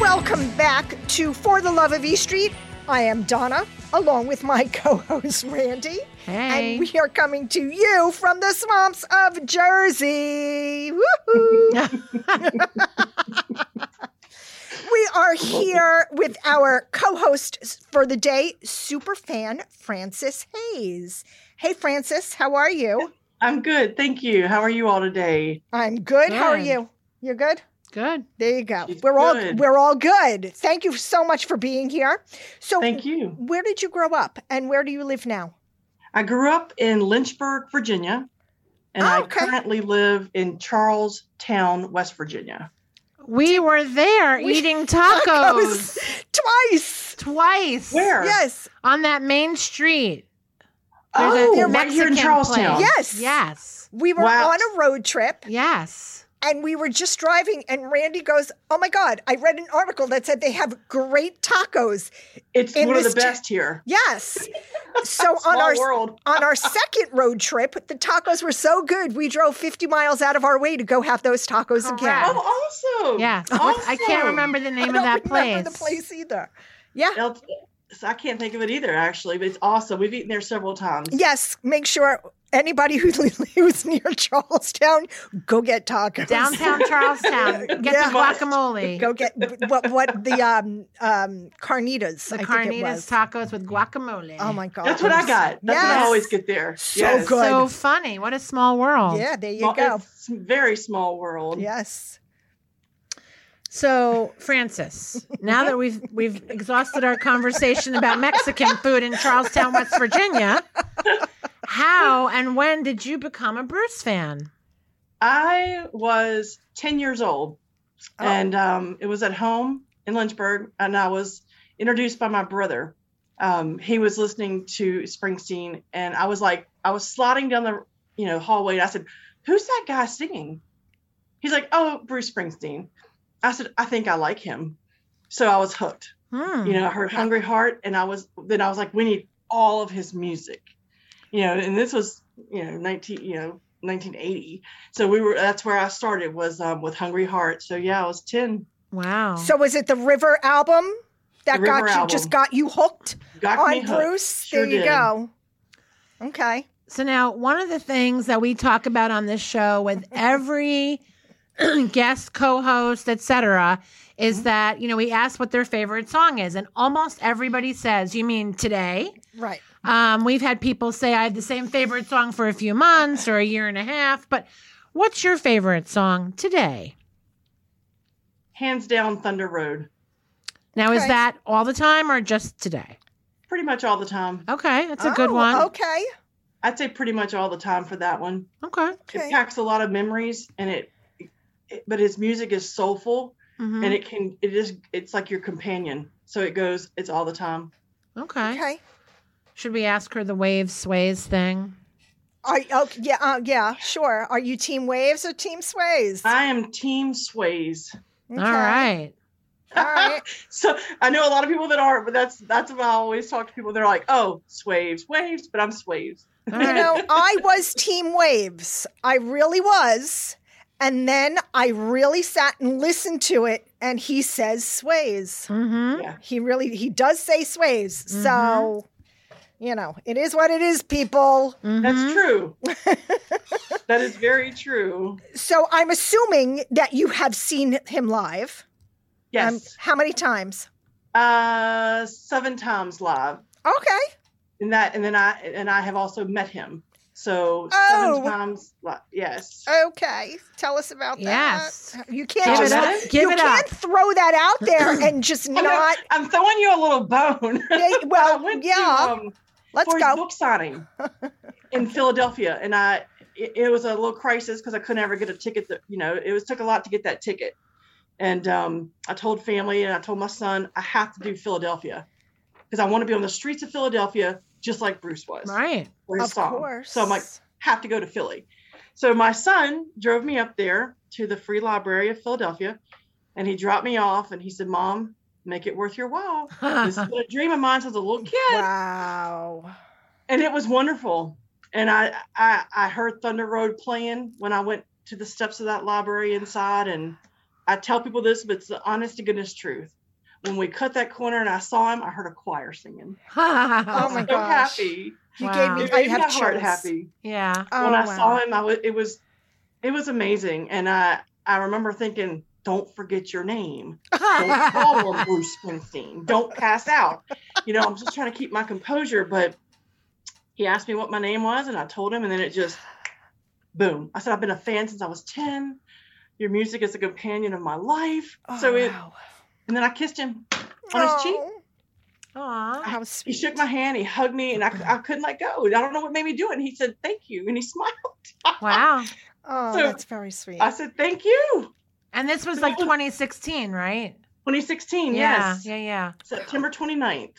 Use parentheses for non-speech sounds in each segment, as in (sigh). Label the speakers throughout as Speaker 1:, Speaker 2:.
Speaker 1: Welcome back to For the Love of E Street. I am Donna, along with my (laughs) co host Randy.
Speaker 2: Hey.
Speaker 1: And we are coming to you from the swamps of Jersey.
Speaker 2: (laughs)
Speaker 1: Woohoo! we are here with our co host for the day, superfan Francis Hayes. Hey, Francis, how are you?
Speaker 3: I'm good. Thank you. How are you all today?
Speaker 1: I'm good. How are
Speaker 2: Good.
Speaker 1: you? You're (laughs) good?
Speaker 2: Good.
Speaker 1: There you go.
Speaker 3: She's
Speaker 1: we're all
Speaker 3: good.
Speaker 1: we're all good. Thank you so much for being here. So
Speaker 3: Thank you.
Speaker 1: where did you grow up and where do you live now?
Speaker 3: I grew up in Lynchburg, Virginia, and I
Speaker 1: Okay.
Speaker 3: currently live in Charlestown, West Virginia.
Speaker 2: We were there
Speaker 1: We- (laughs)
Speaker 2: eating tacos
Speaker 1: twice.
Speaker 2: twice.
Speaker 3: Where?
Speaker 1: Yes.
Speaker 2: On that main street. There's a
Speaker 3: Oh, right here in
Speaker 2: Mexican
Speaker 3: Charlestown.
Speaker 2: place.
Speaker 1: Yes.
Speaker 2: Yes.
Speaker 1: We were
Speaker 3: Wow.
Speaker 1: on a road trip
Speaker 2: Yes.
Speaker 1: and we were just driving and Randy goes, "Oh my god, I read an article that said they have great tacos."
Speaker 3: It's
Speaker 1: In
Speaker 3: one of the
Speaker 1: this ta-
Speaker 3: best here. (laughs)
Speaker 1: Yes. So
Speaker 3: Small
Speaker 1: on our
Speaker 3: world.
Speaker 1: on our second road trip, the tacos were so good, we drove 50 miles out of our way to go have those tacos again.
Speaker 2: Correct.
Speaker 3: Oh, awesome.
Speaker 2: Yes.
Speaker 3: Awesome.
Speaker 2: I can't remember the
Speaker 1: Oh.
Speaker 2: name
Speaker 1: I
Speaker 2: of that
Speaker 1: don't remember
Speaker 2: place.
Speaker 1: the place either. Yeah.
Speaker 3: It's- it's- I can't think of it either, actually, but it's awesome. We've eaten there several times.
Speaker 1: Yes, make sure anybody who (laughs) lives near Charlestown go get tacos. (laughs)
Speaker 2: Downtown Charlestown. Get
Speaker 1: Yeah.
Speaker 2: the guacamole.
Speaker 1: Go get what what the um um carnitas.
Speaker 2: the
Speaker 1: I think it
Speaker 2: carnitas
Speaker 1: was.
Speaker 2: tacos with guacamole.
Speaker 1: Oh my god,
Speaker 3: That's what I got. That's what I
Speaker 1: Yes.
Speaker 3: always get there.
Speaker 1: So
Speaker 3: Yes.
Speaker 1: good.
Speaker 2: So funny. What a small world.
Speaker 1: Yeah, there you
Speaker 3: Small-
Speaker 1: go.
Speaker 3: It's very small world.
Speaker 1: Yes.
Speaker 2: So, Francis, now that we've we've exhausted our conversation about Mexican food in Charlestown, West Virginia, how and when did you become a Bruce fan?
Speaker 3: I was 10 years old,
Speaker 1: Oh.
Speaker 3: and um, it was at home in Lynchburg, and I was introduced by my brother. Um, he was listening to Springsteen, and I was like, I was sliding down the you know hallway, and I said, "Who's that guy singing?" He's like, "Oh, Bruce Springsteen." I said, "I think I like him," so I was hooked
Speaker 2: Hmm.
Speaker 1: Mm-hmm.
Speaker 3: you know, I heard Hungry Heart, and I was then I was like, we need all of his music, you know. And this was you know nineteen you know nineteen eighty, so we were that's where I started was um, with Hungry Heart. So yeah, I was ten.
Speaker 2: Wow.
Speaker 1: So was it the River album that
Speaker 3: The
Speaker 1: got
Speaker 3: River
Speaker 1: you
Speaker 3: album.
Speaker 1: just got you hooked
Speaker 3: Got me
Speaker 1: on
Speaker 3: hooked.
Speaker 1: Oh, Bruce?
Speaker 3: Sure
Speaker 1: there you
Speaker 3: did.
Speaker 1: go. Okay.
Speaker 2: So now, one of the things that we talk about on this show with every (clears throat) guest, co-host, etc., is that you know we ask what their favorite song is, and almost everybody says, "You mean today?"
Speaker 1: Right.
Speaker 2: Um, we've had people say I have the same favorite song for a few months or a year and a half, but what's your favorite song today?
Speaker 3: Hands down, Thunder Road,
Speaker 2: Now, is
Speaker 1: Okay.
Speaker 2: that all the time or just today?
Speaker 3: pretty much all the time.
Speaker 2: Okay, that's a good
Speaker 1: Oh,
Speaker 2: one.
Speaker 1: Okay.
Speaker 3: I'd say pretty much all the time for that one.
Speaker 2: Okay.
Speaker 1: Okay.
Speaker 3: It packs a lot of memories, and it, it but his music is soulful,
Speaker 1: Mm-hmm.
Speaker 2: Mhm.
Speaker 3: and it can it is it's like your companion. So it goes, it's all the time.
Speaker 2: Okay.
Speaker 1: Okay.
Speaker 2: Should we ask her the wave sways thing?
Speaker 1: Are oh yeah uh, yeah sure. Are you team waves or team sways?
Speaker 3: I am Team Sways.
Speaker 1: Okay.
Speaker 2: All right.
Speaker 1: All right.
Speaker 3: So I know a lot of people that aren't, but that's that's what I always talk to people. They're like, "Oh, swaves, waves," but I'm swaves.
Speaker 2: All
Speaker 1: You
Speaker 2: right.
Speaker 1: know, I was team waves. I really was. And then I really sat and listened to it and he says sways.
Speaker 2: hmm
Speaker 3: Yeah,
Speaker 1: He really he does say sways. So,
Speaker 2: Mhm.
Speaker 1: you know, it is what it is, people.
Speaker 2: Mm-hmm.
Speaker 3: that's
Speaker 1: Mm-hmm. (laughs)
Speaker 3: true. that is very true.
Speaker 1: So, I'm assuming that you have seen him live. Um,
Speaker 3: Yes,
Speaker 1: how many times?
Speaker 3: uh, seven times live,
Speaker 1: Okay.
Speaker 3: and that, and then I and I have also met him. So
Speaker 1: Oh.
Speaker 3: seven times live. Yes,
Speaker 1: Okay. Tell us about
Speaker 2: Yes.
Speaker 1: that. You can't
Speaker 2: Give
Speaker 1: just
Speaker 2: it up. Give
Speaker 1: you
Speaker 2: it
Speaker 1: can't
Speaker 2: up. Oh,
Speaker 1: throw that out
Speaker 2: (clears throat)
Speaker 1: there and just
Speaker 3: I know,
Speaker 1: not.
Speaker 3: I'm throwing you a little bone. (laughs)
Speaker 1: Yeah,
Speaker 2: (laughs)
Speaker 3: I
Speaker 1: well,
Speaker 3: went to,
Speaker 1: yeah.
Speaker 3: um,
Speaker 1: Let's
Speaker 3: for his
Speaker 1: go.
Speaker 3: book signing
Speaker 1: (laughs)
Speaker 3: in Philadelphia, and I it, it was a little crisis because I couldn't ever get a ticket. That you know, it was took a lot to get that ticket, and um, I told family and I told my son I have to do Philadelphia because I want to be on the streets of Philadelphia just like Bruce was
Speaker 2: Right.
Speaker 3: for his
Speaker 1: Of
Speaker 3: song.
Speaker 1: course.
Speaker 3: So I'm like, have to go to Philly. So my son drove me up there to the Free Library of Philadelphia, and he dropped me off, and he said, "Mom, make it worth your while."
Speaker 2: (laughs)
Speaker 3: This has been a dream of mine since I was a little kid
Speaker 1: wow.
Speaker 3: and it was wonderful. And I, I I heard Thunder Road playing when I went to the steps of that library inside, and I tell people this, but it's the honest to goodness truth. When we cut that corner and I saw him, I heard a choir singing.
Speaker 1: Oh my (laughs)
Speaker 3: so
Speaker 1: gosh.
Speaker 3: happy.
Speaker 1: You
Speaker 2: Wow.
Speaker 1: gave
Speaker 3: It
Speaker 1: me. I
Speaker 3: made my
Speaker 1: have
Speaker 3: heart
Speaker 1: chills.
Speaker 3: happy.
Speaker 2: yeah.
Speaker 1: Oh,
Speaker 3: when I
Speaker 1: wow.
Speaker 3: saw him, I was, it was it was amazing, and I I remember thinking, don't forget your name. Don't call him Bruce Springsteen. Don't pass out. You know, I'm just trying to keep my composure, but he asked me what my name was, and I told him, and then it just boom. I said I've been a fan since I was ten. Your music is a companion of my life.
Speaker 1: Oh,
Speaker 3: so it,
Speaker 1: wow.
Speaker 3: and then I kissed him. on his cheek.
Speaker 1: Oh,
Speaker 2: Aw.
Speaker 1: How
Speaker 3: He
Speaker 1: sweet.
Speaker 3: shook my hand. He hugged me, and I, c- I couldn't let go. I don't know what made me do it. And he said, "Thank you," and he (laughs) smiled.
Speaker 2: Wow.
Speaker 1: Oh,
Speaker 3: So-
Speaker 1: that's very sweet.
Speaker 3: I said, "Thank you."
Speaker 2: And this was like 2016, right?
Speaker 3: 2016,
Speaker 2: Yeah.
Speaker 3: yes.
Speaker 2: Yeah. Yeah.
Speaker 3: September 29th.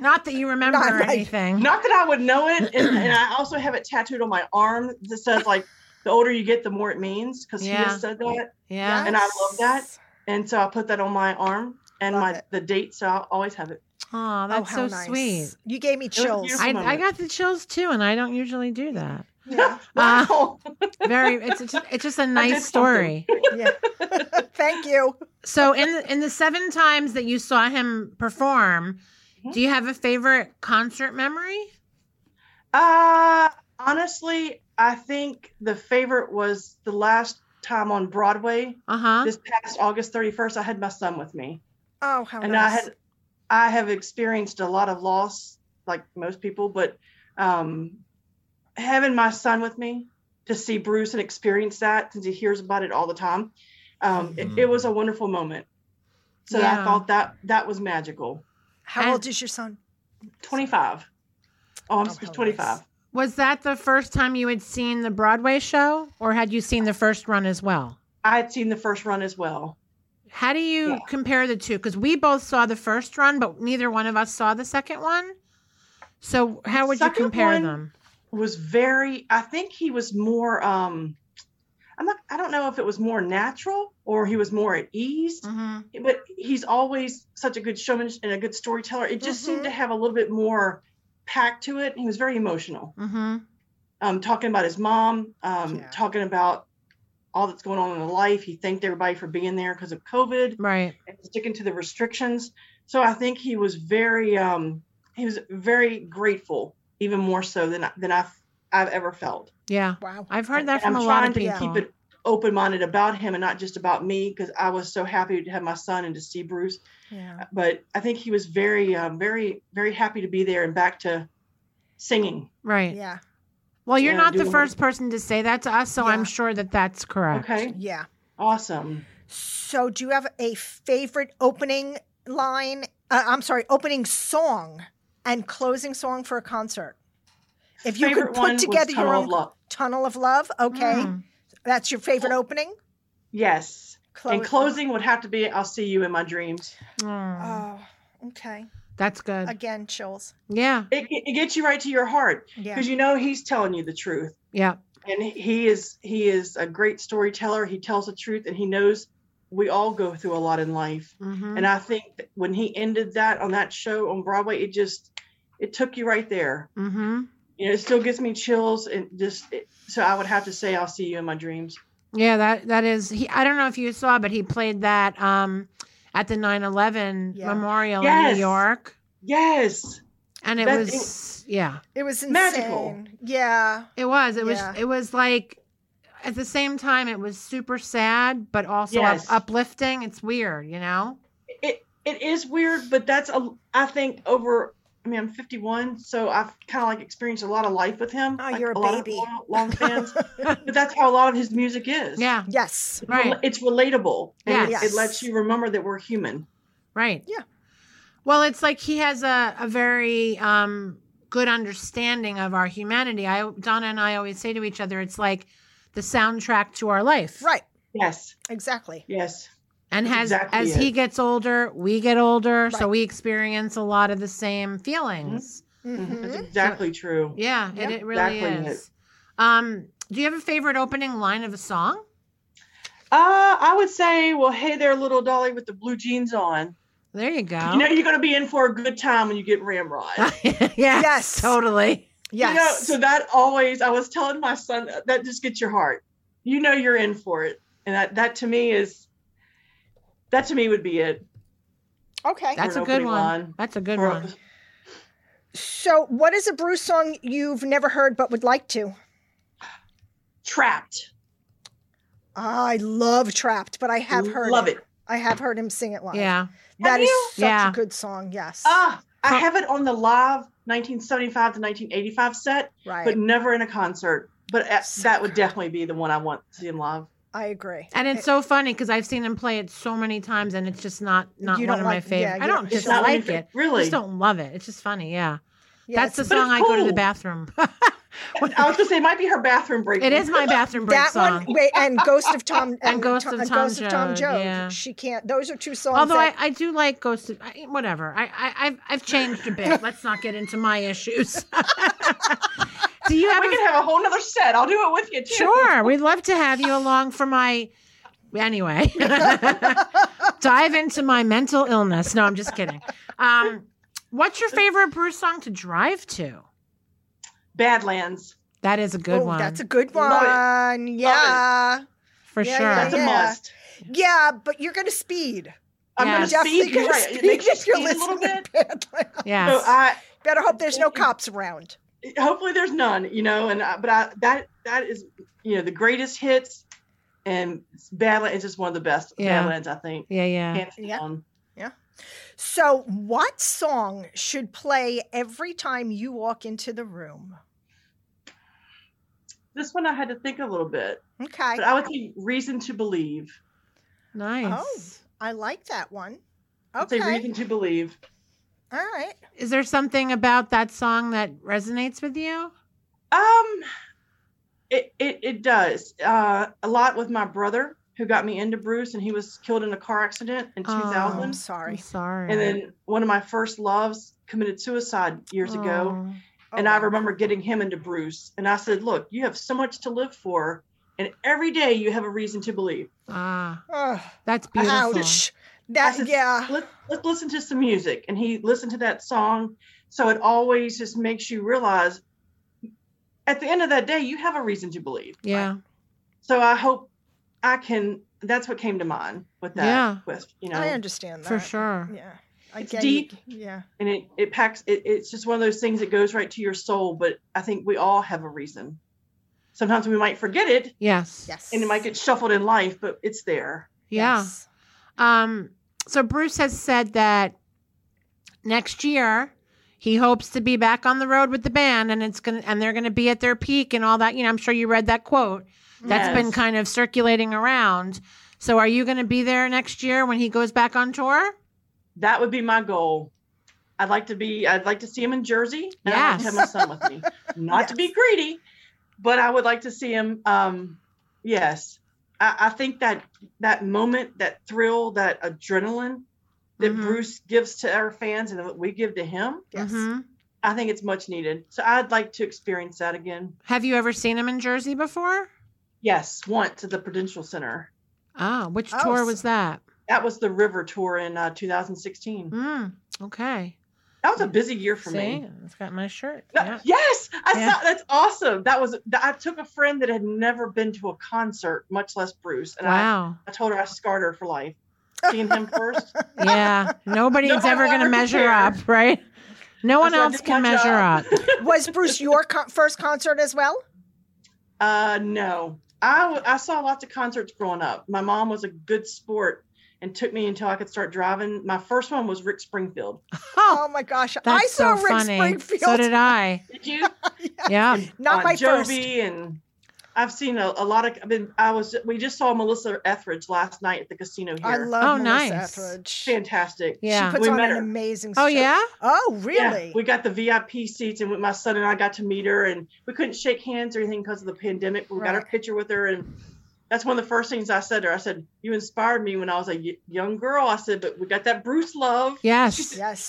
Speaker 2: Not that you remember
Speaker 1: Not
Speaker 2: or
Speaker 1: like-
Speaker 2: anything.
Speaker 3: Not that I would know it. And, and I also have it tattooed on my arm that says, like, the older you get, the more it means, because he
Speaker 2: Yeah.
Speaker 3: has said that.
Speaker 2: Yeah.
Speaker 3: And I love that. And so I put that on my arm and
Speaker 1: Love
Speaker 3: my
Speaker 1: it.
Speaker 3: the date. So I'll always have it.
Speaker 2: Aw,
Speaker 1: Oh,
Speaker 2: that's
Speaker 1: how
Speaker 2: so
Speaker 1: nice.
Speaker 2: sweet.
Speaker 1: You gave me
Speaker 3: was
Speaker 1: chills.
Speaker 3: beautiful.
Speaker 2: I,
Speaker 3: moment.
Speaker 2: I got the chills too, and I don't usually do that.
Speaker 1: Yeah.
Speaker 2: Uh,
Speaker 3: (laughs) Wow.
Speaker 2: Very, it's it's just, it's just a
Speaker 3: did
Speaker 2: nice
Speaker 3: something.
Speaker 2: story.
Speaker 1: yeah. (laughs) Thank you.
Speaker 2: So in the, in the seven times that you saw him perform,
Speaker 3: Mhm.
Speaker 2: do you have a favorite concert memory?
Speaker 3: Uh, honestly, I think the favorite was the last time on Broadway.
Speaker 2: Uh huh.
Speaker 3: This past August 31st, I had my son with me.
Speaker 1: Oh, how
Speaker 3: and I
Speaker 1: nice.
Speaker 3: had I have experienced a lot of loss, like most people, but um, having my son with me to see Bruce and experience that, since he hears about it all the time, um, it, it was a wonderful moment. So
Speaker 2: Yeah.
Speaker 3: I thought that that was magical.
Speaker 1: how
Speaker 2: and-
Speaker 1: old is your son?
Speaker 3: Twenty five. Oh, I'm
Speaker 1: Oh, how
Speaker 3: twenty five.
Speaker 2: Was that the first time you had seen the Broadway show, or had you seen the first run as well?
Speaker 3: I had seen the first run as well.
Speaker 2: How do you
Speaker 3: Yeah.
Speaker 2: compare the two? Because we both saw the first run, but neither one of us saw the second one. So how would
Speaker 3: Second
Speaker 2: you compare
Speaker 3: one-
Speaker 2: them?
Speaker 3: was very i think he was more um i'm not i don't know if it was more natural or he was more at ease
Speaker 2: Mm-hmm.
Speaker 3: but he's always such a good showman and a good storyteller it just
Speaker 1: Mhm.
Speaker 3: seemed
Speaker 2: Mm-hmm.
Speaker 3: to have a little bit more pack to it he was very emotional
Speaker 2: Mm-hmm.
Speaker 3: um talking about his mom um
Speaker 1: Yeah.
Speaker 3: talking about all that's going on in his life he thanked everybody for being there because of covid
Speaker 2: Right.
Speaker 3: and sticking to the restrictions. So I think he was very um, he was very grateful, even more so than than I've I've ever felt.
Speaker 2: Yeah.
Speaker 1: Wow.
Speaker 2: I've heard that
Speaker 3: And
Speaker 2: from
Speaker 3: I'm
Speaker 2: a lot
Speaker 3: trying
Speaker 2: of
Speaker 3: to
Speaker 2: people.
Speaker 3: keep it open minded about him and not just about me because I was so happy to have my son and to see Bruce.
Speaker 1: Yeah.
Speaker 3: But I think he was very um, very very happy to be there and back to singing.
Speaker 2: Right.
Speaker 1: Yeah.
Speaker 2: Well, you're
Speaker 3: Yeah,
Speaker 2: not
Speaker 3: do
Speaker 2: the
Speaker 3: one.
Speaker 2: first person to say that to us, so
Speaker 1: Yeah.
Speaker 2: I'm sure that that's correct.
Speaker 3: Okay,
Speaker 1: Yeah.
Speaker 3: awesome.
Speaker 1: So, do you have a favorite opening line? Uh, I'm sorry, opening song and closing song for a concert. If you could
Speaker 3: Favorite
Speaker 1: put
Speaker 3: was
Speaker 1: together your
Speaker 3: Tunnel of
Speaker 1: own
Speaker 3: Love.
Speaker 1: Tunnel of Love, okay,
Speaker 2: Mm.
Speaker 1: that's your favorite
Speaker 3: Oh.
Speaker 1: opening.
Speaker 3: Yes.
Speaker 1: Clo-
Speaker 3: and closing would have to be I'll see you in my dreams. Uh,
Speaker 2: Mm.
Speaker 1: Oh, okay.
Speaker 2: that's good.
Speaker 1: Again, chills.
Speaker 2: yeah.
Speaker 3: It, it gets you right to your heart.
Speaker 1: Yeah.
Speaker 3: because you know he's telling you the truth
Speaker 2: Yeah.
Speaker 3: and he- he is he is a great storyteller he tells the truth and he knows we all go through a lot in life
Speaker 2: Mhm.
Speaker 1: Mm-hmm.
Speaker 3: and i think that when he ended that on that show on broadway it just it took you right there
Speaker 2: Mhm.
Speaker 3: you know it still gives me chills and just it, so i would have to say i'll see you in my dreams
Speaker 2: Yeah, that that is he I don't know if you saw but he played that um at the 9/11
Speaker 1: Yeah.
Speaker 2: memorial in
Speaker 3: Yes.
Speaker 2: New York
Speaker 3: yes
Speaker 2: and it
Speaker 3: That-
Speaker 2: was yeah.
Speaker 1: It was insane.
Speaker 3: Magical.
Speaker 1: Yeah.
Speaker 2: It was it was
Speaker 1: Yeah.
Speaker 2: it was like at the same time it was super sad but also up-
Speaker 3: Yes.
Speaker 2: uplifting. It's weird, you know?
Speaker 3: it it is weird but that's a i think over I mean, I'm 51, so I've kind of like experienced a lot of life with him.
Speaker 1: Oh,
Speaker 3: like,
Speaker 1: you're a
Speaker 3: lot of
Speaker 1: baby.
Speaker 3: Long,
Speaker 1: (laughs)
Speaker 3: long fans, but that's how a lot of his music is.
Speaker 2: Yeah,
Speaker 1: Yes.
Speaker 3: It's rel-
Speaker 2: Right.
Speaker 3: It's relatable. And
Speaker 1: Yes.
Speaker 3: it, it lets you remember that we're human.
Speaker 2: right.
Speaker 1: Yeah.
Speaker 2: Well, it's like he has a, a very um, good understanding of our humanity. I Donna and I always say to each other, it's like the soundtrack to our life.
Speaker 1: Right.
Speaker 3: Yes.
Speaker 1: Exactly.
Speaker 3: Yes.
Speaker 2: And
Speaker 3: That's
Speaker 2: has
Speaker 3: exactly
Speaker 2: as he
Speaker 3: it.
Speaker 2: gets older, we get older, so
Speaker 1: Right.
Speaker 2: we experience a lot of the same feelings.
Speaker 1: Mhm.
Speaker 3: That's exactly true.
Speaker 2: Yeah,
Speaker 1: Yep.
Speaker 2: it, it really
Speaker 3: Exactly
Speaker 2: is. Um, do you have a favorite opening line of a song?
Speaker 3: Uh, I would say, well, hey there, little dolly with the blue jeans on.
Speaker 2: There you go.
Speaker 3: You know, you're going to be in for a good time when you get ramrod.
Speaker 2: (laughs) yes,
Speaker 1: Yes.
Speaker 2: totally.
Speaker 1: Yes.
Speaker 3: You know, so that always, I was telling my son, uh, that just gets your heart. You know, you're in for it. And that, that to me is, that to me would be it.
Speaker 1: Okay.
Speaker 2: That's
Speaker 3: an
Speaker 2: a good
Speaker 3: opening
Speaker 2: one.
Speaker 3: line.
Speaker 2: That's a good
Speaker 3: For-
Speaker 2: one.
Speaker 1: So, what is a Bruce song you've never heard but would like to?
Speaker 3: Trapped.
Speaker 1: I love Trapped, but I have heard
Speaker 3: Love it.
Speaker 1: I have heard him sing it live.
Speaker 2: Yeah.
Speaker 1: That is
Speaker 3: you?
Speaker 1: such
Speaker 2: Yeah.
Speaker 1: a good song. Yes.
Speaker 3: Ah, I
Speaker 2: Huh.
Speaker 3: have it on the live 1975 to 1985 set,
Speaker 1: right.
Speaker 3: but never in a concert. But uh, that would definitely be the one I want to see in live.
Speaker 1: I agree.
Speaker 2: And it's so funny because I've seen him play it so many times, and it's just not not
Speaker 1: You
Speaker 2: one
Speaker 1: don't
Speaker 2: of my
Speaker 1: like- yeah,
Speaker 2: favorite.
Speaker 1: you
Speaker 2: I
Speaker 1: don't-
Speaker 2: don't
Speaker 1: it's
Speaker 2: just
Speaker 1: not
Speaker 3: one of
Speaker 2: like
Speaker 3: your
Speaker 2: it. I
Speaker 3: Really?
Speaker 2: just don't love it. It's just funny. Yeah,
Speaker 1: Yeah,
Speaker 2: that's the
Speaker 1: it's-
Speaker 3: But it's
Speaker 2: song I go to the
Speaker 1: (laughs)
Speaker 3: cool.
Speaker 2: bathroom.
Speaker 3: I was going to say it might be her bathroom break.
Speaker 2: it is my bathroom break
Speaker 1: that
Speaker 2: song.
Speaker 1: one. Wait, and Ghost of
Speaker 2: (laughs)
Speaker 1: Tom and,
Speaker 2: Ghost of
Speaker 1: and
Speaker 2: Tom
Speaker 1: Ghost of Tom
Speaker 2: Joad,
Speaker 1: Joad.
Speaker 2: yeah.
Speaker 1: She can't. Those are two songs.
Speaker 2: Although I,
Speaker 1: that,
Speaker 2: I do like Ghost of I, whatever. I, I I've I've changed a
Speaker 1: (laughs)
Speaker 2: bit. Let's not get into my issues. (laughs) do you have
Speaker 3: We
Speaker 2: a
Speaker 3: can have a whole nother set. I'll do it with you too.
Speaker 2: Sure, we'd love to have you along for my. Anyway, (laughs) dive into my mental illness. No, I'm just kidding. Um, what's your favorite Bruce song to drive to?
Speaker 3: Badlands.
Speaker 2: That is a good
Speaker 1: oh,
Speaker 2: one.
Speaker 1: That's a good one.
Speaker 3: Love it.
Speaker 1: Yeah.
Speaker 2: for
Speaker 1: yeah,
Speaker 2: sure.
Speaker 3: That's a
Speaker 1: Yeah.
Speaker 3: must.
Speaker 1: Yeah, but you're going to speed.
Speaker 3: I'm
Speaker 2: Yeah.
Speaker 3: going to
Speaker 1: Definitely
Speaker 3: speed. You're
Speaker 1: gonna
Speaker 3: right. It
Speaker 1: speed
Speaker 3: makes you
Speaker 1: if you're
Speaker 3: speed a little
Speaker 1: listening.
Speaker 3: bit.
Speaker 2: Yes.
Speaker 3: So I,
Speaker 1: Better hope there's no cops around.
Speaker 3: hopefully there's none you know and I, but I, that that is you know the greatest hits and badlands is just one of the best
Speaker 2: Yeah.
Speaker 3: badlands i think um,
Speaker 2: yeah, yeah.
Speaker 3: Hands
Speaker 1: Yeah.
Speaker 3: down.
Speaker 1: So, what song should play every time you walk into the room?
Speaker 3: this one i had to think a little bit
Speaker 1: Okay.
Speaker 3: but i would say reason to believe
Speaker 2: Nice.
Speaker 1: Oh, I like that one.
Speaker 3: i'd
Speaker 1: Okay.
Speaker 3: say reason to believe
Speaker 1: All right.
Speaker 2: Is there something about that song that resonates with you?
Speaker 3: um it it, it does uh a lot with my brother who got me into bruce and he was killed in a car accident in
Speaker 2: Oh.
Speaker 3: 2000
Speaker 1: I'm
Speaker 2: I'm
Speaker 1: sorry.
Speaker 2: sorry.
Speaker 3: and then one of my first loves committed suicide years ago
Speaker 2: Oh.
Speaker 1: Oh,
Speaker 3: and I
Speaker 1: wow.
Speaker 3: remember getting him into Bruce. And I said, Look, you have so much to live for. And every day you have a reason to believe.
Speaker 2: Ah,
Speaker 1: Ugh,
Speaker 2: that's beautiful.
Speaker 1: ouch. That,
Speaker 3: That's a-
Speaker 1: yeah.
Speaker 3: Let, let's listen to some music. And he listened to that song. So it always just makes you realize at the end of that day, you have a reason to believe.
Speaker 2: Yeah.
Speaker 3: So I hope I can. That's what came to mind with that
Speaker 2: Yeah.
Speaker 3: question, you know.
Speaker 1: I understand that.
Speaker 2: For sure.
Speaker 1: Yeah. I
Speaker 3: It's
Speaker 1: get
Speaker 3: deep.
Speaker 1: It. Yeah.
Speaker 3: And it, it packs, it, it's just one of those things that goes right to your soul. But I think we all have a reason. Sometimes we might forget it
Speaker 2: Yes.
Speaker 1: Yes.
Speaker 3: and it might get shuffled in life, but it's there.
Speaker 2: Yeah.
Speaker 1: Yes.
Speaker 2: Um, so Bruce has said that next year he hopes to be back on the road with the band, and it's gonna and they're gonna be at their peak and all that. You know, I'm sure you read that quote
Speaker 1: Mm-hmm.
Speaker 2: that's
Speaker 3: Yes.
Speaker 2: been kind of circulating around. So, are you gonna be there next year when he goes back on tour?
Speaker 3: That would be my goal. I'd like to be. I'd like to see him in Jersey, and I'd like to have my son with me. Not to be
Speaker 1: Yes.
Speaker 3: greedy, but I would like to see him. Um, yes, I, I think that that moment, that thrill, that adrenaline that
Speaker 1: Mm-hmm.
Speaker 2: Mhm.
Speaker 3: Bruce gives to our fans and what we give to him,
Speaker 1: Yes.
Speaker 2: Mhm.
Speaker 3: I think it's much needed. So I'd like to experience that again.
Speaker 2: Have you ever seen him in Jersey before?
Speaker 3: Yes, once at the Prudential Center.
Speaker 2: Ah, which
Speaker 1: Oh,
Speaker 2: tour
Speaker 1: so-
Speaker 2: was that?
Speaker 3: That was the River Tour in uh, 2016.
Speaker 2: Mm, okay.
Speaker 3: That was a busy year for
Speaker 2: See,
Speaker 3: me.
Speaker 2: it's got my shirt.
Speaker 3: No,
Speaker 2: Yeah.
Speaker 3: Yes, I
Speaker 2: Yeah.
Speaker 3: saw. That's awesome. That was. th- I took a friend that had never been to a concert, much less Bruce, and
Speaker 2: Wow.
Speaker 3: I, I told her I scarred her for life. Seeing him
Speaker 2: (laughs)
Speaker 3: first,
Speaker 2: Yeah. Nobody's
Speaker 3: No one
Speaker 2: ever going to
Speaker 3: ever
Speaker 2: measure
Speaker 3: compares.
Speaker 2: up, right? No one
Speaker 3: That's why I
Speaker 2: else
Speaker 3: did
Speaker 2: can
Speaker 3: my
Speaker 2: measure up.
Speaker 1: (laughs)
Speaker 3: job.
Speaker 1: Was
Speaker 3: (laughs)
Speaker 1: Bruce your con- first concert as well?
Speaker 3: uh, no, I w- I saw lots of concerts growing up. My mom was a good sport and took me until I could start driving. My first one was Rick Springfield.
Speaker 1: Oh,
Speaker 2: Oh,
Speaker 1: my gosh. I
Speaker 2: that's
Speaker 1: saw
Speaker 2: so
Speaker 1: Rick
Speaker 2: funny.
Speaker 1: Springfield.
Speaker 2: So did I.
Speaker 3: Did you?
Speaker 2: Yeah.
Speaker 1: (laughs) Not
Speaker 3: Bon
Speaker 1: my first.
Speaker 3: Jovi and. I've seen a, a lot of. I mean, I was. We just saw Melissa Etheridge last night at the casino here.
Speaker 1: I love
Speaker 2: Oh,
Speaker 1: Melissa
Speaker 2: nice.
Speaker 1: Etheridge.
Speaker 3: Fantastic.
Speaker 2: Yeah.
Speaker 1: She puts
Speaker 3: We
Speaker 1: on
Speaker 3: met
Speaker 1: an
Speaker 3: her.
Speaker 1: amazing show.
Speaker 2: Oh yeah.
Speaker 1: Oh,
Speaker 3: Yeah,
Speaker 1: really?
Speaker 3: we got the VIP seats, and with my son and I got to meet her, and we couldn't shake hands or anything because of the pandemic. But we got our
Speaker 1: Right.
Speaker 3: picture with her, and that's one of the first things I said to her. I said, "You inspired me when I was a y- young girl." I said, "But we got that Bruce love.
Speaker 2: Yes.
Speaker 1: yes.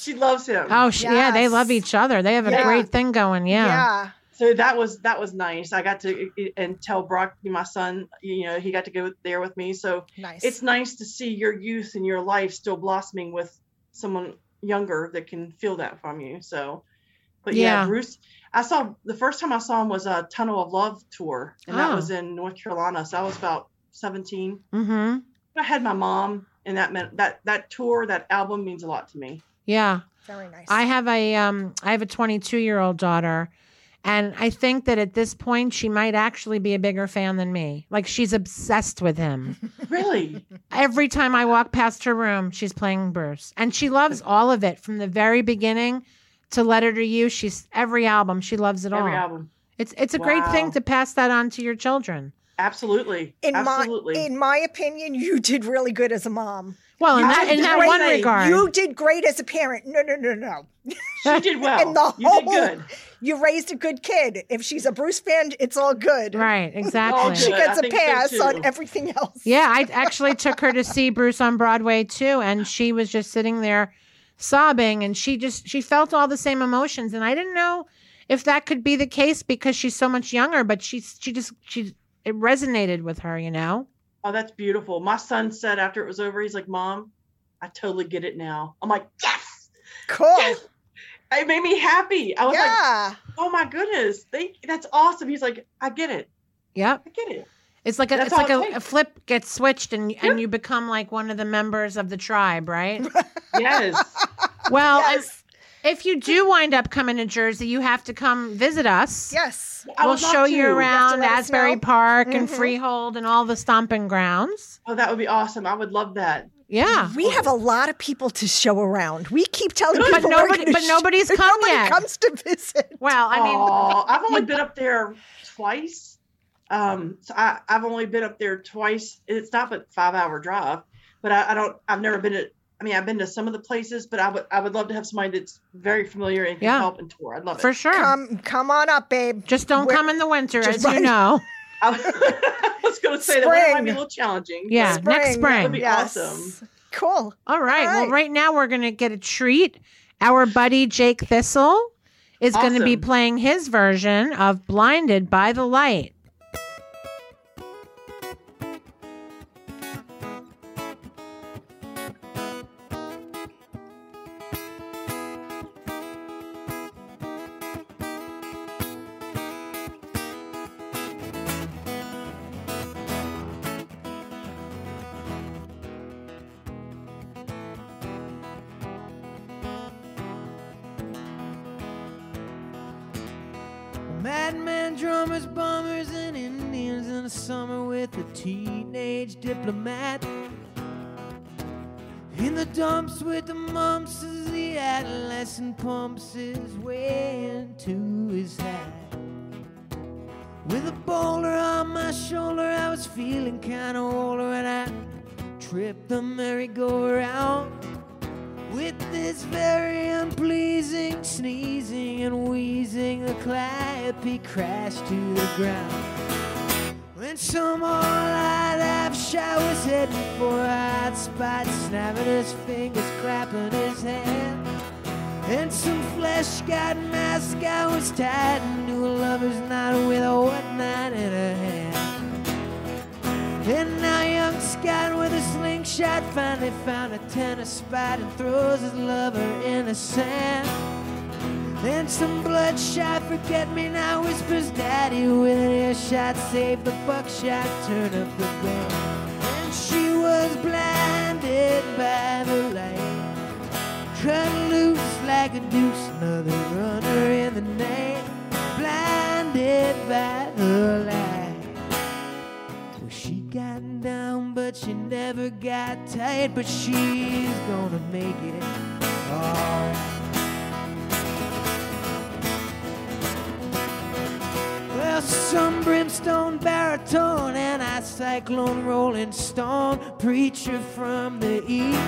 Speaker 3: She loves him."
Speaker 2: Oh sh- yeah. They love
Speaker 1: Yes.
Speaker 2: each other. They have a
Speaker 1: Yeah.
Speaker 2: great thing going. Yeah.
Speaker 1: Yeah.
Speaker 3: So that was that was nice. I got to and tell Brock, my son, you know, he got to go there with me. So
Speaker 1: Nice.
Speaker 3: it's nice to see your youth and your life still blossoming with someone younger that can feel that from you. So, but yeah,
Speaker 2: Yeah.
Speaker 3: Bruce, I saw the first time I saw him was a Tunnel of Love tour, and that
Speaker 2: Oh.
Speaker 3: was in North Carolina. So I was about 17.
Speaker 2: Mm-hmm.
Speaker 3: I had my mom and that meant that that tour, that album means a lot
Speaker 1: (laughs)
Speaker 3: to me.
Speaker 2: Yeah.
Speaker 1: Very nice.
Speaker 2: I have a um I have a 22 year old daughter, and I think that at this point she might actually be a bigger fan than me. Like she's obsessed with him.
Speaker 3: Really?
Speaker 2: Every time I walk past her room, she's playing Bruce, and she loves all of it from the very beginning to Letter to You. She's every album. She loves it
Speaker 3: Every
Speaker 2: all.
Speaker 3: album.
Speaker 2: It's it's a great thing
Speaker 3: Wow.
Speaker 2: to pass that on to your children.
Speaker 3: Absolutely.
Speaker 1: in
Speaker 3: Absolutely.
Speaker 1: my in my opinion, you did really good as a mom.
Speaker 2: Well, in
Speaker 3: You
Speaker 2: that
Speaker 3: did
Speaker 2: in that
Speaker 1: great.
Speaker 2: one regard,
Speaker 1: You did great as a parent. No, no, no, no.
Speaker 3: she did well.
Speaker 1: (laughs) in the
Speaker 3: you did
Speaker 1: whole-
Speaker 3: good.
Speaker 1: You raised a good kid. If she's a Bruce fan, it's all good.
Speaker 2: right?
Speaker 3: (laughs) All
Speaker 2: Exactly.
Speaker 1: She
Speaker 3: good. I
Speaker 1: gets a
Speaker 3: think so,
Speaker 1: pass on
Speaker 3: too.
Speaker 1: everything else.
Speaker 2: Yeah, I actually took her to see Bruce on Broadway too, and she was just sitting there sobbing, and she just she felt all the same emotions, and I didn't know if that could be the case because she's so much younger, but she she just she it resonated with her, you know.
Speaker 3: Oh, that's beautiful. My son said after it was over, he's like, Mom, I totally get it now. I'm like, Yes.
Speaker 1: Cool.
Speaker 3: Yes. It made me happy. I was like,
Speaker 1: Yeah.
Speaker 3: Oh my goodness. Thank that's awesome. He's like, I get it.
Speaker 2: Yep,
Speaker 3: I get it.
Speaker 2: it's like a
Speaker 3: That's
Speaker 2: it's like
Speaker 3: all it
Speaker 2: a, a
Speaker 3: takes.
Speaker 2: flip gets switched, and and you become like one of the members of the tribe, right? (laughs)
Speaker 3: Yes.
Speaker 2: Well, and
Speaker 1: yes.
Speaker 2: if you do wind up coming to Jersey, you have to come visit us.
Speaker 1: Yes.
Speaker 3: I
Speaker 2: We'll
Speaker 3: would love
Speaker 2: show you
Speaker 3: to.
Speaker 2: around
Speaker 1: let us
Speaker 2: Asbury
Speaker 1: know.
Speaker 2: Park and
Speaker 1: Mhm.
Speaker 2: Freehold and all the stomping grounds.
Speaker 3: Oh, that would be awesome. I would love that.
Speaker 2: Yeah.
Speaker 1: We have a lot of people to show around. We keep telling
Speaker 2: But
Speaker 1: people, we're
Speaker 2: nobody-
Speaker 1: gonna
Speaker 2: but
Speaker 1: sh- (laughs)
Speaker 2: nobody's
Speaker 1: but
Speaker 2: come
Speaker 1: nobody
Speaker 2: yet.
Speaker 1: comes to visit.
Speaker 2: Well, I mean, (laughs)
Speaker 3: Aw, I've only been up there twice. Um, so I, I've only been up there twice. It's not but five hour drive, but I, I don't. I've never been to. I mean, I've been to some of the places, but I would I would love to have somebody that's very familiar and can
Speaker 2: Yeah.
Speaker 3: help and tour. I'd love
Speaker 2: for
Speaker 3: it.
Speaker 2: sure.
Speaker 1: Come, come on up, babe.
Speaker 2: just don't
Speaker 1: Where-
Speaker 2: come in the winter,
Speaker 1: Just
Speaker 2: as you
Speaker 1: right.
Speaker 2: know.
Speaker 3: (laughs) I was, going to say that one might
Speaker 1: Spring.
Speaker 3: be a little challenging. but
Speaker 2: Yeah, next
Speaker 1: Spring, that
Speaker 2: spring.
Speaker 3: would be
Speaker 1: Yes.
Speaker 3: awesome.
Speaker 1: Cool.
Speaker 2: All right. Well,
Speaker 1: right.
Speaker 2: right now we're going to get a treat. Our buddy Jake Thistle is going to be
Speaker 3: Awesome.
Speaker 2: playing his version of Blinded by the Light.
Speaker 4: Madman drummers, bombers, and Indians in the summer with a teenage diplomat. In the dumps with the mumps as the adolescent pumps his way into his hat. With a boulder on my shoulder, I was feeling kinda older and I tripped the merry-go-round. With this very unpleasing sneezing and wheezing, the clappy crashed to the ground. When some all I'd have shot was heading for a hot spot, snapping his fingers, clapping his hand. And some flesh got mask I was tied into a lover's knot with a whatnot in her hand. And now young Scott with a slingshot finally found a tennis spot and throws his lover in the sand. Then some bloodshot forget me now whispers daddy with an earshot save the buckshot turn up the band. And she was blinded by the light, cut loose like a deuce, another runner in the night, blinded by the light. Well, she got down, but she never got tight. But she's gonna make it alright. Well, some brimstone baritone and I cyclone rolling stone preacher from the east.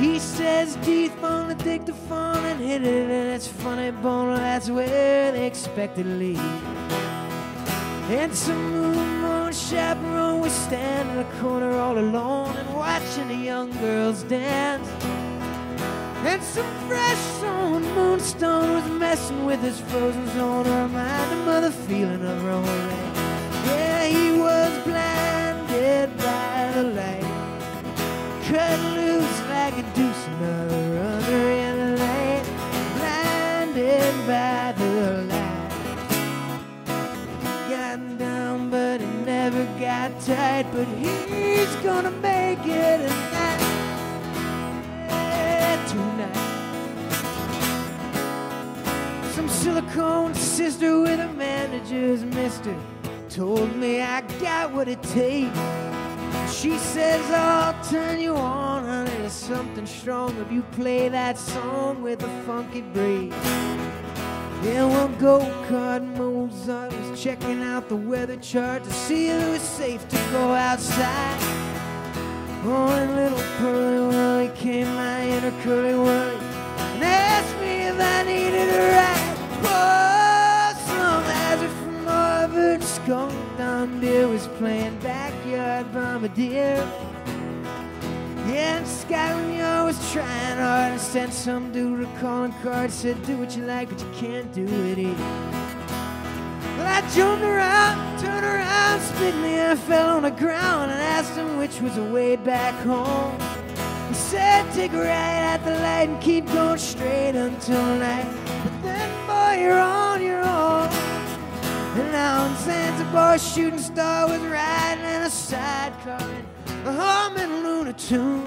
Speaker 4: He says teeth bone to take the phone and hit it, and it's funny bone. Well, that's where they expect to lead. And some moon, moon chaperone was standing in a corner all alone and watching the young girls dance. And some fresh stone moonstone was messing with his frozen zone to remind him of the feeling of romance. Yeah, he was blinded by the light, cut loose like a deuce, another runner in the lane, blinded by the light gotten down, but it never got tight. But he's gonna make it tonight. tonight. Some silicone sister with a manager's mister told me I got what it takes. She says, I'll turn you on, honey, to something strong if you play that song with a funky breeze. Yeah, one go-kart Mozart was checking out the weather chart to see if it was safe to go outside. Oh, and little Pearly Willie came my inner curly Willie and asked me if I needed a ride. Oh, some hazard from Harvard skunked on beer was playing backyard bombardier. Yeah, and Scotland Yard was trying hard and sent some dude a calling card. Said, do what you like, but you can't do it either. Well, I jumped around, turned around, spit in the air, fell on the ground, and asked him which was the way back home. He said, take a right at the light and keep going straight until night. But then, boy, you're on your own. And now in Zanzibar, a shooting star was riding in a sidecar and the humming Luna tune.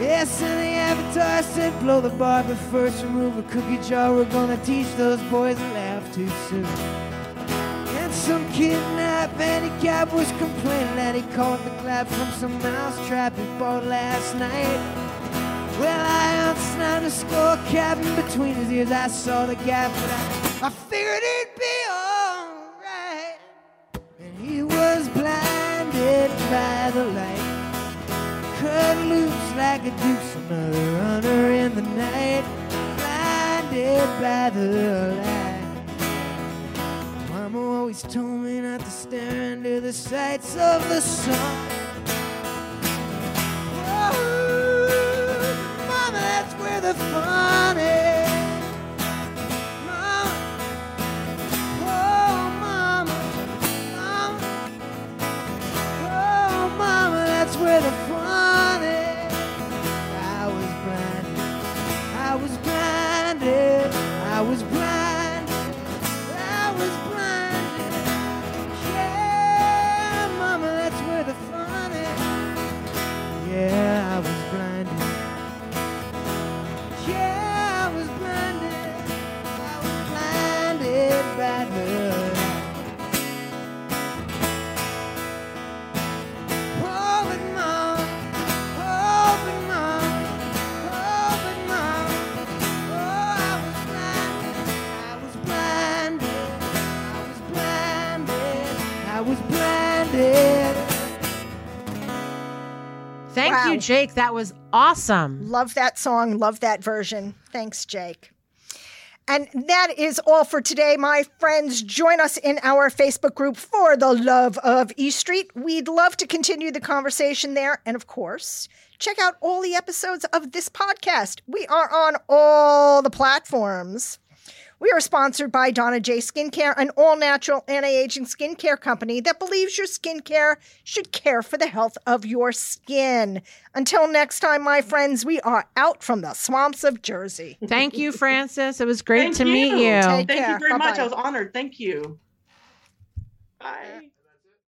Speaker 4: Yes, and the avatar said, blow the bar, but first remove a cookie jar. We're gonna teach those boys to laugh too soon. And some kidnapped handicap was complaining that he caught the clap from some mousetrap he bought last night. Well, I outsnapped a score cap in between his ears. I saw the gap, but I, I figured it'd be alright. And he was blinded by the light. Cut loose like a deuce, another runner in the night. Blinded by the light. Mama always told me not to stare into the sights of the sun. Oh, Mama, that's where the fun is. Mama, oh, Mama, Mama, oh, Mama, that's where the fun is. I was blinded, I was blinded, I was blinded, I was blinded. Yeah, Mama, that's where the fun is. Yeah, I was blinded. Yeah, I was blinded. I was blinded by the light. Oh, but mom, oh, but mom, oh, but mom, oh, I was blinded. I was blinded. I was blinded. I was blinded.
Speaker 2: Thank
Speaker 1: Wow.
Speaker 2: you, Jake. That was awesome.
Speaker 1: Love that song. Love that version. Thanks, Jake. And that is all for today, my friends. Join us in our Facebook group for the love of E Street. We'd love to continue the conversation there. And of course, check out all the episodes of this podcast. We are on all the platforms. We are sponsored by Donna J Skincare, an all natural anti aging skincare company that believes your skincare should care for the health of your skin. Until next time, my friends, we are out from the swamps of Jersey.
Speaker 2: Thank you, Francis. It was great
Speaker 3: Thank
Speaker 2: to meet
Speaker 3: you.
Speaker 2: you.
Speaker 1: Take
Speaker 3: Thank
Speaker 1: care.
Speaker 3: you very much.
Speaker 1: Bye-bye.
Speaker 3: I was honored. Thank you. Bye.